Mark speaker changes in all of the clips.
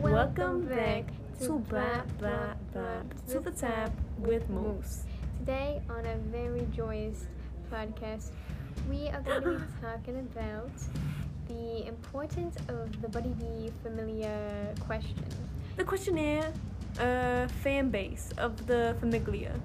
Speaker 1: Welcome back to Blah Blah Blah to the Tap with Moose.
Speaker 2: Today, on a very joyous podcast, we are going to be talking about the importance of the Buddy Bee familiar question.
Speaker 1: The questionnaire uh, fan base of the Famiglia.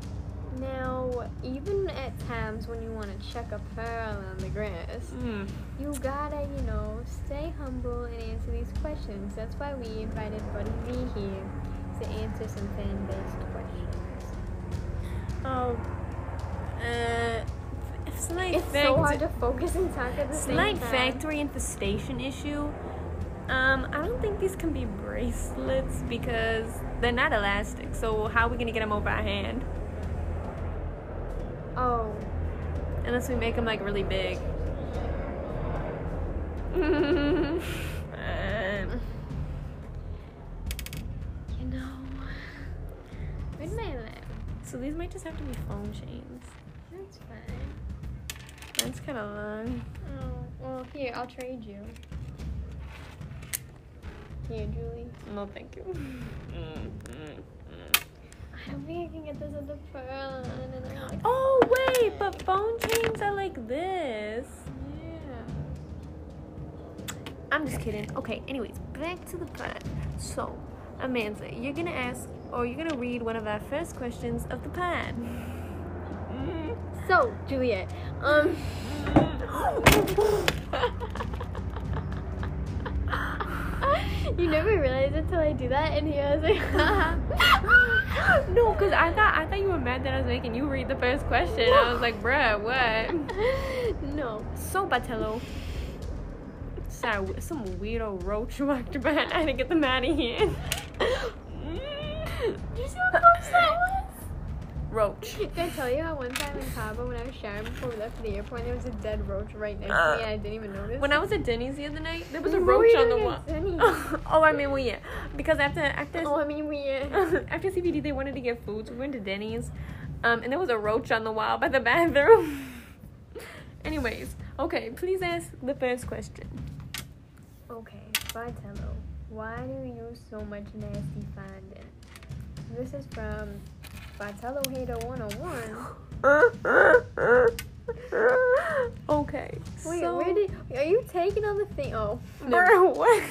Speaker 2: Now, even at times when you want to check a pearl on the grass,
Speaker 1: Mm.
Speaker 2: you gotta, you know, stay humble and answer these questions. That's why we invited Buddy Bee here to answer some fan based questions.
Speaker 1: Oh, uh, f- slight
Speaker 2: It's
Speaker 1: fact-
Speaker 2: so hard to focus and talk at the same
Speaker 1: slight
Speaker 2: time.
Speaker 1: factory infestation issue. Um, I don't think these can be bracelets because they're not elastic. So how are we gonna get them over our hand
Speaker 2: Oh,
Speaker 1: unless we make them like really big? Um,
Speaker 2: you know. Where'd my lamp?
Speaker 1: so these might just have to be phone chains.
Speaker 2: That's fine.
Speaker 1: That's kind of long.
Speaker 2: Oh, well, here, I'll trade you. Here, Julie.
Speaker 1: No, thank you. Mm, mm, mm.
Speaker 2: I don't think I can get this at the pearl. And then I'm like,
Speaker 1: Oh wait, but phone chains are like this.
Speaker 2: yeah.
Speaker 1: I'm just kidding. Okay, anyways, back to the pod. So, Amanda, you're gonna ask or you're gonna read one of our first questions of the pod. Mm-hmm.
Speaker 2: So, Juliet, um, you never realize it till I do that, and here I was like, haha.
Speaker 1: no, because I thought I thought you were mad that I was making you read the first question. I was like, bruh, what?
Speaker 2: no.
Speaker 1: So Batello. Sorry, w- some weirdo roach walked by and I had to get them out of here.
Speaker 2: Did you see how close that was?
Speaker 1: Roach.
Speaker 2: Did I tell you how one time in Cabo when I was showering before we left for the airport there was a dead roach right next to me and I didn't even notice?
Speaker 1: Uh, When I was at Denny's the other night, there was a
Speaker 2: What were
Speaker 1: roach
Speaker 2: you
Speaker 1: on the
Speaker 2: doing
Speaker 1: wall.
Speaker 2: at Denny's?
Speaker 1: oh, I mean, well, yeah, because after after
Speaker 2: oh, I mean we. Uh,
Speaker 1: after CBD, they wanted to get food, so we went to Denny's, um, and there was a roach on the wall by the bathroom. Anyways, okay, please ask the first question.
Speaker 2: okay, Bartello, why do you use so much nasty fondant? This is from Bartello Hater 101.
Speaker 1: okay.
Speaker 2: Wait,
Speaker 1: so-
Speaker 2: where did are you taking on the thing? Oh,
Speaker 1: Bro, what?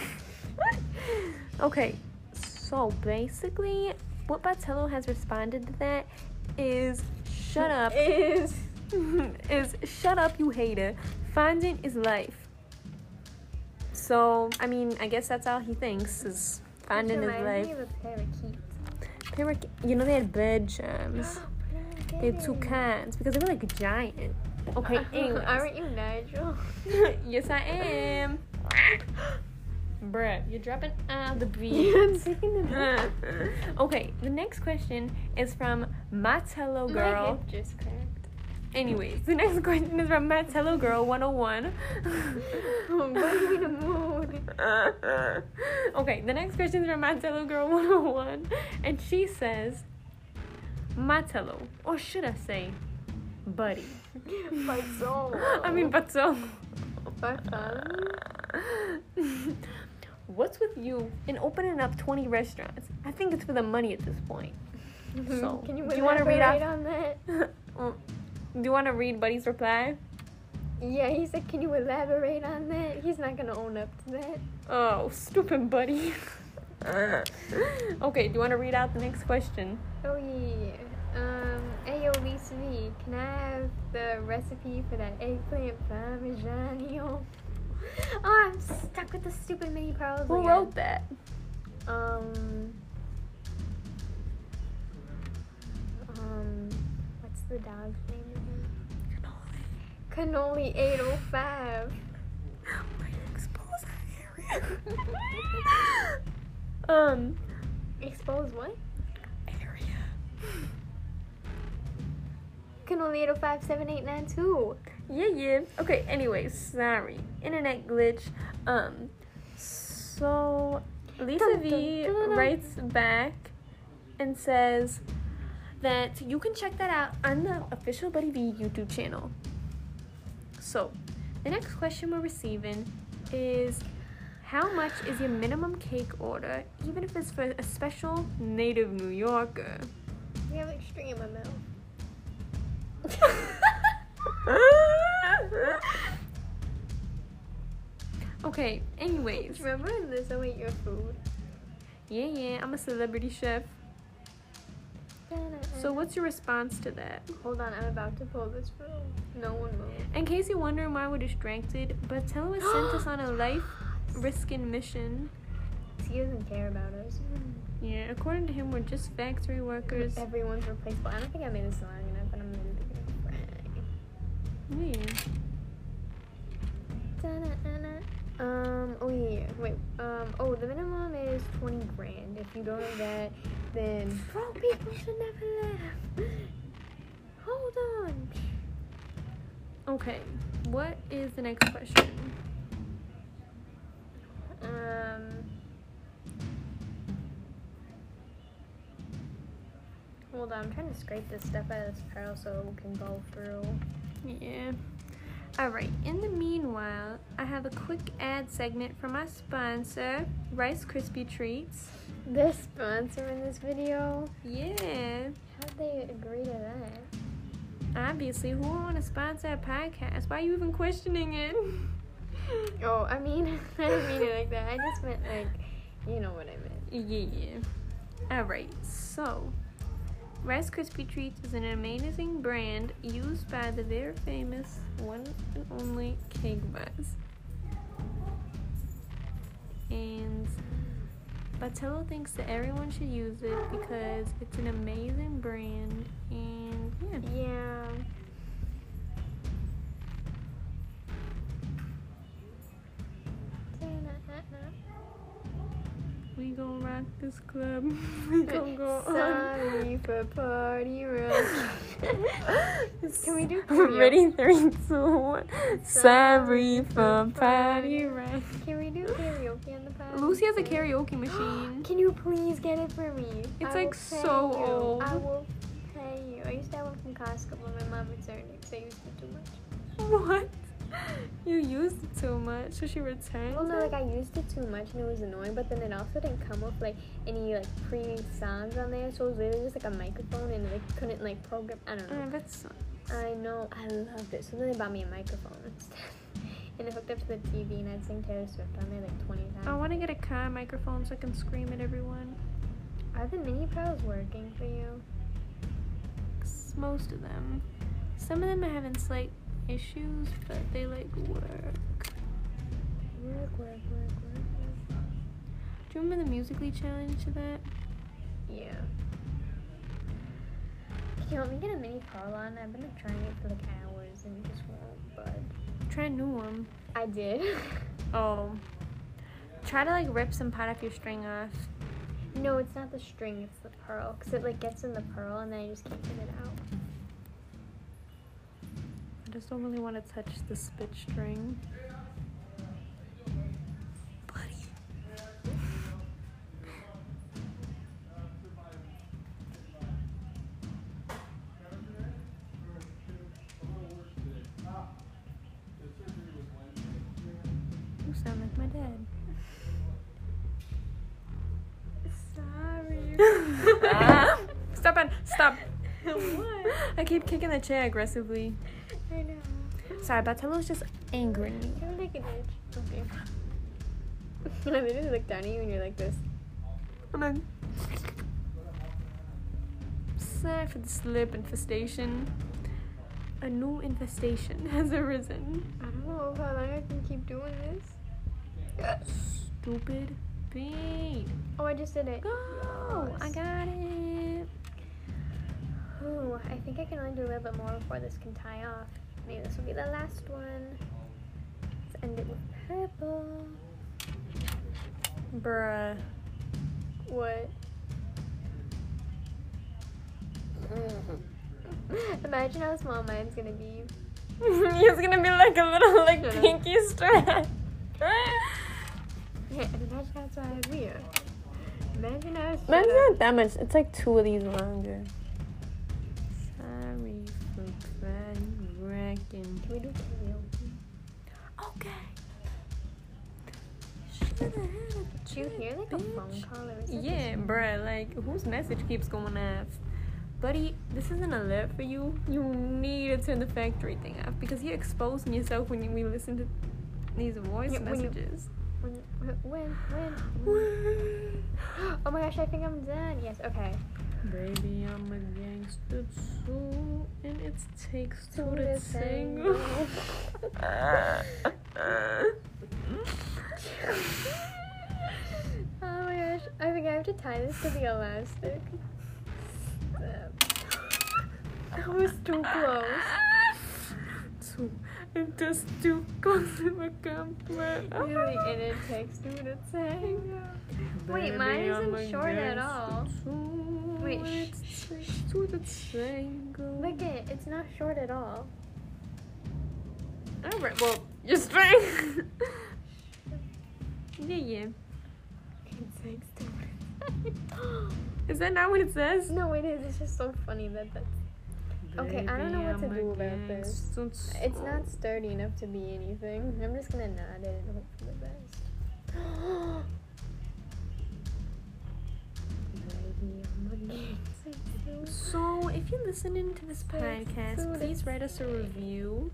Speaker 1: okay, so basically, what Bartello has responded to that is shut up.
Speaker 2: Is
Speaker 1: is shut up, you hater. Finding is life. So, I mean, I guess that's all he thinks is finding
Speaker 2: This
Speaker 1: his
Speaker 2: reminds
Speaker 1: life.
Speaker 2: me of a parakeet.
Speaker 1: Parakeet- you know, they had bird germs.
Speaker 2: But I
Speaker 1: They had two
Speaker 2: didn't.
Speaker 1: kinds because they were like giant. Okay, anyways.
Speaker 2: Aren't you Nigel?
Speaker 1: yes, I am. Bruh, you're dropping out the beat.
Speaker 2: I'm taking the
Speaker 1: okay, the next question is from Matello
Speaker 2: My
Speaker 1: Girl.
Speaker 2: hip just cracked.
Speaker 1: Anyways, the next question is from Matello Girl 101.
Speaker 2: I'm going in a mood.
Speaker 1: okay, the next question is from Matello Girl 101. And she says, Matello, or should I say, buddy?
Speaker 2: My soul.
Speaker 1: I mean, Batso.
Speaker 2: my phone.
Speaker 1: What's with you in opening up 20 restaurants? I think it's for the money at this point. So,
Speaker 2: can you,
Speaker 1: do you wanna read
Speaker 2: elaborate
Speaker 1: off-
Speaker 2: on that?
Speaker 1: Mm. Do you want to read Buddy's reply?
Speaker 2: Yeah, he said, can you elaborate on that? He's not gonna own up to that.
Speaker 1: Oh, stupid buddy. okay, do you want to read out the next question?
Speaker 2: Oh yeah. Um, ayo Lisa V, can I have the recipe for that eggplant parmigiano? Oh, I'm stuck with the stupid mini pearls
Speaker 1: Who
Speaker 2: again.
Speaker 1: wrote that?
Speaker 2: Um. Um. What's the dog's name again? oh Cannoli 805.
Speaker 1: um,
Speaker 2: Expose what?
Speaker 1: area.
Speaker 2: Cannoli 805 7892.
Speaker 1: Yeah, yeah. Okay, anyways, sorry. Internet glitch. Um, so Lisa
Speaker 2: Dun,
Speaker 1: V
Speaker 2: dun, dun, dun.
Speaker 1: writes back and says that you can check that out on the official Buddy V YouTube channel. So, the next question we're receiving is How much is your minimum cake order, even if it's for a special native New Yorker?
Speaker 2: You have like string in my mouth.
Speaker 1: okay, anyways.
Speaker 2: Remember in this I ate your food.
Speaker 1: Yeah, yeah, I'm a celebrity chef.
Speaker 2: Mm.
Speaker 1: So, what's your response to that?
Speaker 2: Hold on, I'm about to pull this film. No one move.
Speaker 1: In case you're wondering why we're distracted, Batello was sent us on a life risking mission.
Speaker 2: He doesn't care about us.
Speaker 1: Yeah, according to him, we're just factory workers.
Speaker 2: Everyone's replaceable. I don't think I made this long enough, but I'm gonna be a friend.
Speaker 1: Yeah.
Speaker 2: Da-na-na-na. Um, oh yeah, wait, um, oh, the minimum is 20 grand. If you don't have that, then broke people should never laugh. Hold on.
Speaker 1: Okay, what is the next question?
Speaker 2: Um, hold on, I'm trying to scrape this stuff out of this pile so it can go through.
Speaker 1: Yeah. Alright, in the meanwhile, I have a quick ad segment from our sponsor, Rice Krispie Treats.
Speaker 2: The sponsor in this video,
Speaker 1: Yeah.
Speaker 2: how'd they agree to that?
Speaker 1: Obviously, who would want to sponsor a podcast? Why are you even questioning it?
Speaker 2: Oh, I mean, I didn't mean it like that. I just meant like, you know what I meant.
Speaker 1: Yeah. Alright, so Rice Krispie Treats is an amazing brand used by the very famous one and only Cake Boss. And Batello thinks that everyone should use it because it's an amazing brand and yeah.
Speaker 2: Yeah.
Speaker 1: We gon' rock this club. We gon' go on.
Speaker 2: Sorry for party rock. Can we do karaoke?
Speaker 1: Ready? Three, two, one. Sorry
Speaker 2: Sorry
Speaker 1: for
Speaker 2: for
Speaker 1: party
Speaker 2: party
Speaker 1: rock.
Speaker 2: Can we do karaoke on the podcast?
Speaker 1: Lucy has a karaoke machine.
Speaker 2: Can you please get it for me? I
Speaker 1: It's, like,
Speaker 2: will pay
Speaker 1: so
Speaker 2: you.
Speaker 1: old.
Speaker 2: I will pay you. I used to have one from Costco, but my mom returned it because I used it too much.
Speaker 1: What? You used it too much, so she returned.
Speaker 2: Well, no,
Speaker 1: it?
Speaker 2: like I used it too much and it was annoying, but then it also didn't come with like any like pre songs on there, so it was literally just like a microphone and they couldn't like program. I don't know.
Speaker 1: Oh, that's
Speaker 2: I know, I loved it. So then they bought me a microphone instead, and it hooked up to the TV, and I'd sing Taylor Swift on there like 20 times.
Speaker 1: I want to get a car microphone so I can scream at everyone.
Speaker 2: Are the mini pros working for you?
Speaker 1: 'Cause Most of them. Some of them are having slight issues, but they like work.
Speaker 2: Work, work, work, work. work.
Speaker 1: Do you remember the musically challenge to that?
Speaker 2: Yeah. Can you let me get a mini Carlon? I've been trying it for like hours and it just won't bud.
Speaker 1: Try a new one.
Speaker 2: I did.
Speaker 1: Oh. Try to like rip some part off your string off.
Speaker 2: No, it's not the string, it's the pearl. Because it like gets in the pearl and then I just can't get it out.
Speaker 1: I just don't really want to touch the spit string. Buddy. You sound like my dad.
Speaker 2: Sorry.
Speaker 1: stop it! Stop!
Speaker 2: what?
Speaker 1: I keep kicking the chair aggressively.
Speaker 2: I know.
Speaker 1: Sorry, Batello's just angering me.
Speaker 2: Can I make an itch? Okay. And I literally look down at you and you're like this.
Speaker 1: And then. Sorry for the slip infestation. A new infestation has arisen.
Speaker 2: I don't know how long I can keep doing this.
Speaker 1: Stupid beat.
Speaker 2: Oh, I just did it.
Speaker 1: Go! I got it.
Speaker 2: Ooh, I think I can only do a little bit more before this can tie off. Maybe this will be the last one. Let's end it with purple.
Speaker 1: Bruh.
Speaker 2: What?
Speaker 1: Mm.
Speaker 2: Imagine how small mine's gonna be.
Speaker 1: He's gonna be like a little like
Speaker 2: Shut up.
Speaker 1: pinky strap.
Speaker 2: Yeah, and imagine how small we are. Imagine uh, how small.
Speaker 1: Mine's not that much. It's like two of these longer. Sorry for bad wrecking.
Speaker 2: Can we do karaoke?
Speaker 1: Okay. to the head of a
Speaker 2: Do you
Speaker 1: chick,
Speaker 2: hear like a phone
Speaker 1: bitch.
Speaker 2: call or something?
Speaker 1: Yeah, bruh, like whose message keeps going off? Buddy, this is an alert for you. You need to turn the factory thing off because you're exposing yourself when you, we listen to these voice
Speaker 2: Yeah, when you-
Speaker 1: messages.
Speaker 2: When, when, when? oh my gosh, I think I'm done. Yes, okay.
Speaker 1: Baby, I'm a gangster too, and it takes two
Speaker 2: Two
Speaker 1: to
Speaker 2: to
Speaker 1: tango.
Speaker 2: Oh my gosh, I think I have to tie this to the elastic. That was too close.
Speaker 1: Too, I'm just too close to the comfort.
Speaker 2: Really, and it takes two to tango. Wait, mine
Speaker 1: Baby,
Speaker 2: isn't
Speaker 1: I'm a
Speaker 2: short at
Speaker 1: gangster
Speaker 2: all.
Speaker 1: too,
Speaker 2: Wait,
Speaker 1: and
Speaker 2: sh-
Speaker 1: it takes two to tango.
Speaker 2: Look it, it's not short at all.
Speaker 1: Alright, well, you're straight. yeah, yeah.
Speaker 2: It takes two to tango.
Speaker 1: Is that not what it says?
Speaker 2: No, it is. It's just so funny that that's. Okay, I don't know what to
Speaker 1: Baby,
Speaker 2: do
Speaker 1: I'm a
Speaker 2: about this.
Speaker 1: gangster
Speaker 2: It's
Speaker 1: too.
Speaker 2: not sturdy enough to be anything. I'm just gonna nod it and hope for the best. Baby, I'm a gangster too.
Speaker 1: So, if you're listening to this
Speaker 2: Thanks,
Speaker 1: podcast,
Speaker 2: Suda.
Speaker 1: please write us a review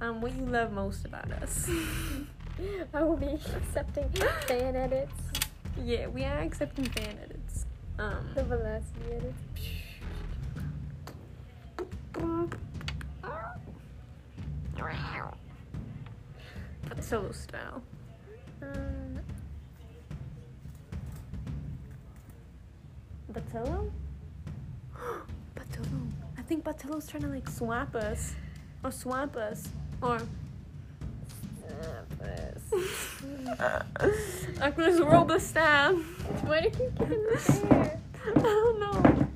Speaker 1: on what you love most about us.
Speaker 2: I will be accepting fan edits,
Speaker 1: yeah, we are accepting fan edits. Um,
Speaker 2: the velocity edits.
Speaker 1: solo style.
Speaker 2: Um,
Speaker 1: Batello? Batello. I think Batello's trying to like swap us. Or swamp us. Or.
Speaker 2: Ah,
Speaker 1: Aquilus Roba style.
Speaker 2: What are you getting there?
Speaker 1: I don't know.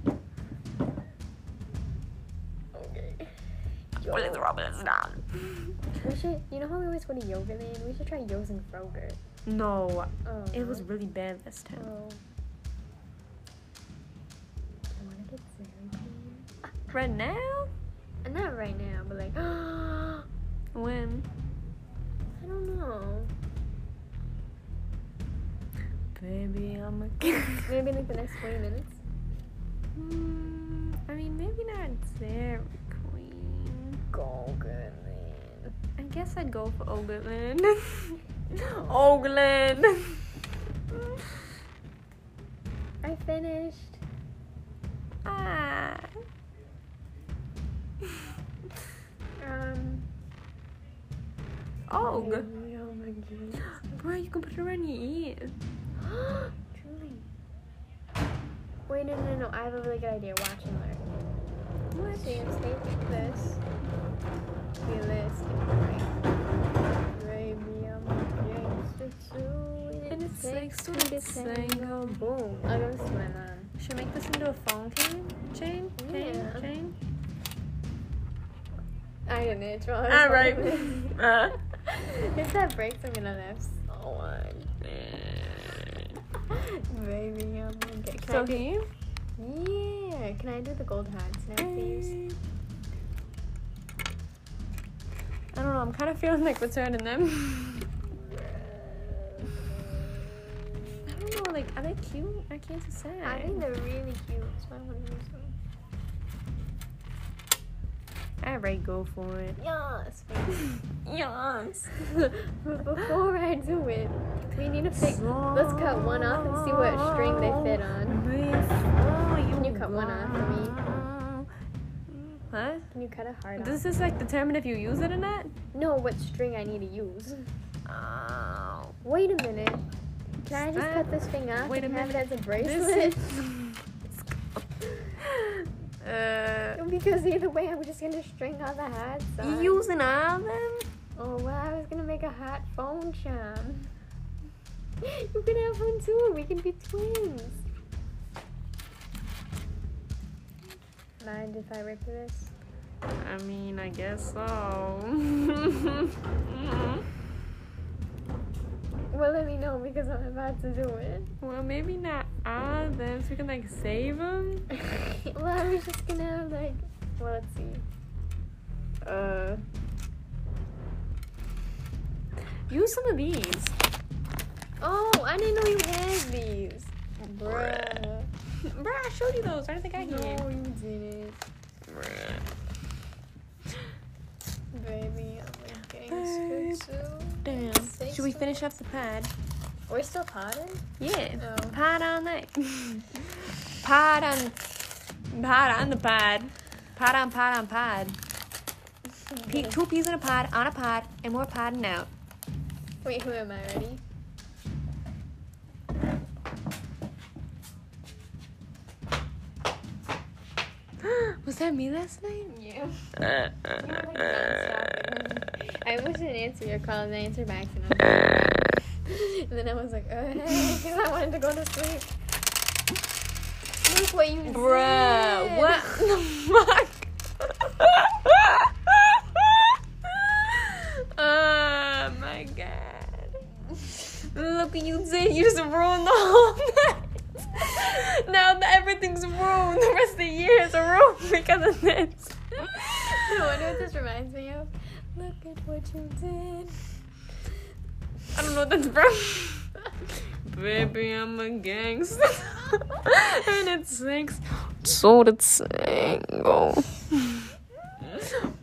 Speaker 2: Okay.
Speaker 1: Aquilus Roba style.
Speaker 2: We should, you know how we always go to Yoga Land? We should try Yo's and Froger.
Speaker 1: No,
Speaker 2: Oh,
Speaker 1: it was
Speaker 2: no.
Speaker 1: really bad this
Speaker 2: Oh. I
Speaker 1: time.
Speaker 2: wanna get very clean.
Speaker 1: Uh, Right now?
Speaker 2: Uh, Not right now, but like, I
Speaker 1: When?
Speaker 2: don't know.
Speaker 1: Baby, I'm a
Speaker 2: Maybe in like the next 20 minutes.
Speaker 1: Hmm, I mean, maybe not Dairy Queen.
Speaker 2: Go good, man.
Speaker 1: I guess I'd go for Ogland. Ogland!
Speaker 2: I finished.
Speaker 1: ah.
Speaker 2: Um.
Speaker 1: Og.
Speaker 2: maybe Oh my
Speaker 1: Bro, you can put it around your ear.
Speaker 2: god. Truly. Wait, no, no, no. I have a really good idea. Watch and learn.
Speaker 1: What?
Speaker 2: So you take this, you list it right. Baby, I'm a gangster too.
Speaker 1: And it's like
Speaker 2: takes two
Speaker 1: sort
Speaker 2: to
Speaker 1: of
Speaker 2: tango.
Speaker 1: single.
Speaker 2: Boom. I gotta see my mom.
Speaker 1: Should I make this into a phone cane? Chain? Cane?
Speaker 2: Yeah.
Speaker 1: Chain?
Speaker 2: I didn't itch while I was
Speaker 1: Alright.
Speaker 2: holding it.
Speaker 1: Uh,
Speaker 2: if that breaks, I'm gonna laugh so hard. Baby, I'm a gangster.
Speaker 1: so, can you?
Speaker 2: Yeah. Can I do the gold hats now, please?
Speaker 1: I don't know. I'm kind of feeling like returning them. I don't know. Like, are they cute? I can't decide.
Speaker 2: I think they're really cute, so I want to use them.
Speaker 1: I right, go for it.
Speaker 2: Yes.
Speaker 1: Yes.
Speaker 2: but before I do it, we need to pick. Let's cut one off and see what string they fit on.
Speaker 1: Can
Speaker 2: you cut one off for me?
Speaker 1: Huh?
Speaker 2: Can you cut a heart off?
Speaker 1: Does this like determine if you use it or not?
Speaker 2: No, what string I need to use.
Speaker 1: Oh.
Speaker 2: Wait a minute. Can I just
Speaker 1: Stop.
Speaker 2: cut this thing off
Speaker 1: Wait a
Speaker 2: and have it as a
Speaker 1: This
Speaker 2: bracelet?
Speaker 1: is. uh,
Speaker 2: because either way, I'm just gonna string all the hats
Speaker 1: you
Speaker 2: on.
Speaker 1: using all of them?
Speaker 2: Oh well, I was gonna make a hot phone charm. You can have one too. We can be twins. Mind if I rip this?
Speaker 1: I mean, I guess so.
Speaker 2: Well, let me know because I'm about to do it.
Speaker 1: well, maybe not all of them, so we can like save them.
Speaker 2: well, I was just gonna have like, well, let's see. Uh,
Speaker 1: Use some of these.
Speaker 2: Oh, I didn't know you had these. Bruh.
Speaker 1: Bruh. Bruh, I showed you those. I don't think I here.
Speaker 2: No, you didn't.
Speaker 1: Bruh.
Speaker 2: Baby, I'm getting
Speaker 1: Babe.
Speaker 2: scoot
Speaker 1: Damn.
Speaker 2: Say
Speaker 1: Should we
Speaker 2: so.
Speaker 1: finish up the pod?
Speaker 2: We're still potting?
Speaker 1: Yeah.
Speaker 2: Oh.
Speaker 1: Pod all night. pod on. Pod on the pod. Pod on pod on pod. Pe- two peas in a pod, on a pod, and we're podding out.
Speaker 2: Wait, who am I already?
Speaker 1: Was that me last night?
Speaker 2: You. I wish I didn't answer your call and I answered back and, I'm like- and then I was like, oh, because I wanted to go to sleep. Look what you
Speaker 1: Bruh,
Speaker 2: did.
Speaker 1: what the fuck? oh my god. Look what you did. You just ruined the whole night. now that everything's ruined. The rest of the year is ruined because of this.
Speaker 2: I wonder what this reminds me of. Look at what you did.
Speaker 1: I don't know what that's from. Baby, I'm a gangster. and it sings. So did single.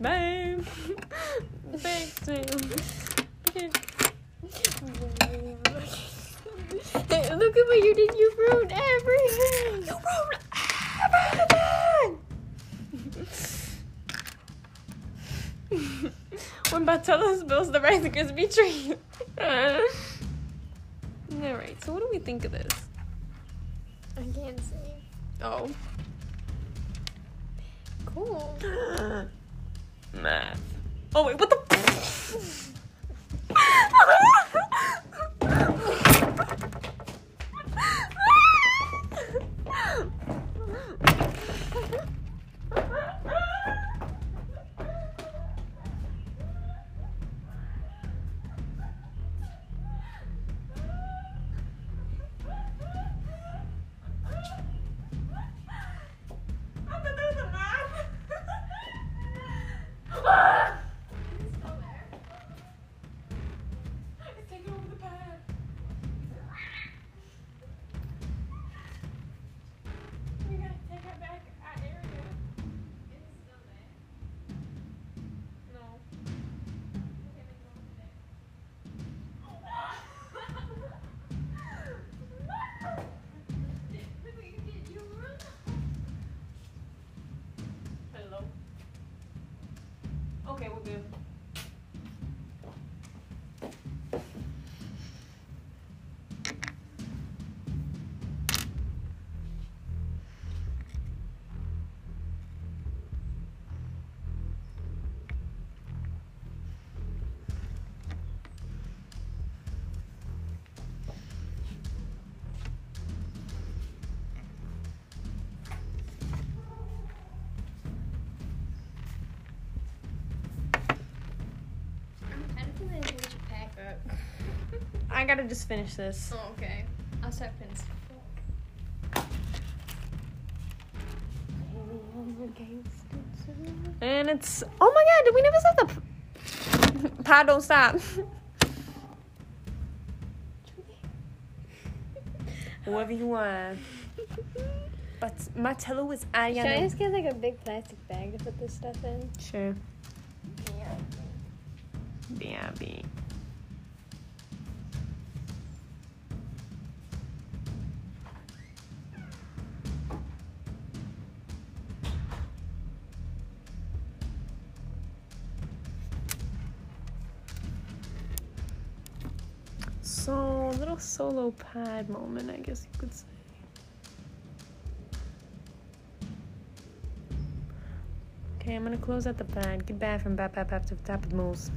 Speaker 1: Babe. Big thing.
Speaker 2: Look at what you did. You ruined everything.
Speaker 1: You ruined everything! when Bartolo spills the Rice Krispie treat. Alright, so what do we think of this?
Speaker 2: I can't see.
Speaker 1: Oh.
Speaker 2: Cool.
Speaker 1: Math. Oh wait, what the? I thought that was a math. It's still there. It's taking over the pad. We gotta take her back our area. It's still there. No. Okay, then go over there. Hello. Okay, we're good.
Speaker 2: I'm kind of feeling like we should pack up.
Speaker 1: I gotta just finish this.
Speaker 2: Oh, okay. I'll start pins.
Speaker 1: And it's oh my god, did we never stop the p- pod don't stop. Whoever you want. But Martello is
Speaker 2: Should I
Speaker 1: Ayana.
Speaker 2: just get like a big plastic bag to put this stuff in?
Speaker 1: Sure.
Speaker 2: Yeah.
Speaker 1: Baby. So, a little solo pad moment, I guess you could say. Okay, I'm gonna close out the pad. Goodbye from Bap Bap Bap to the top of the moose.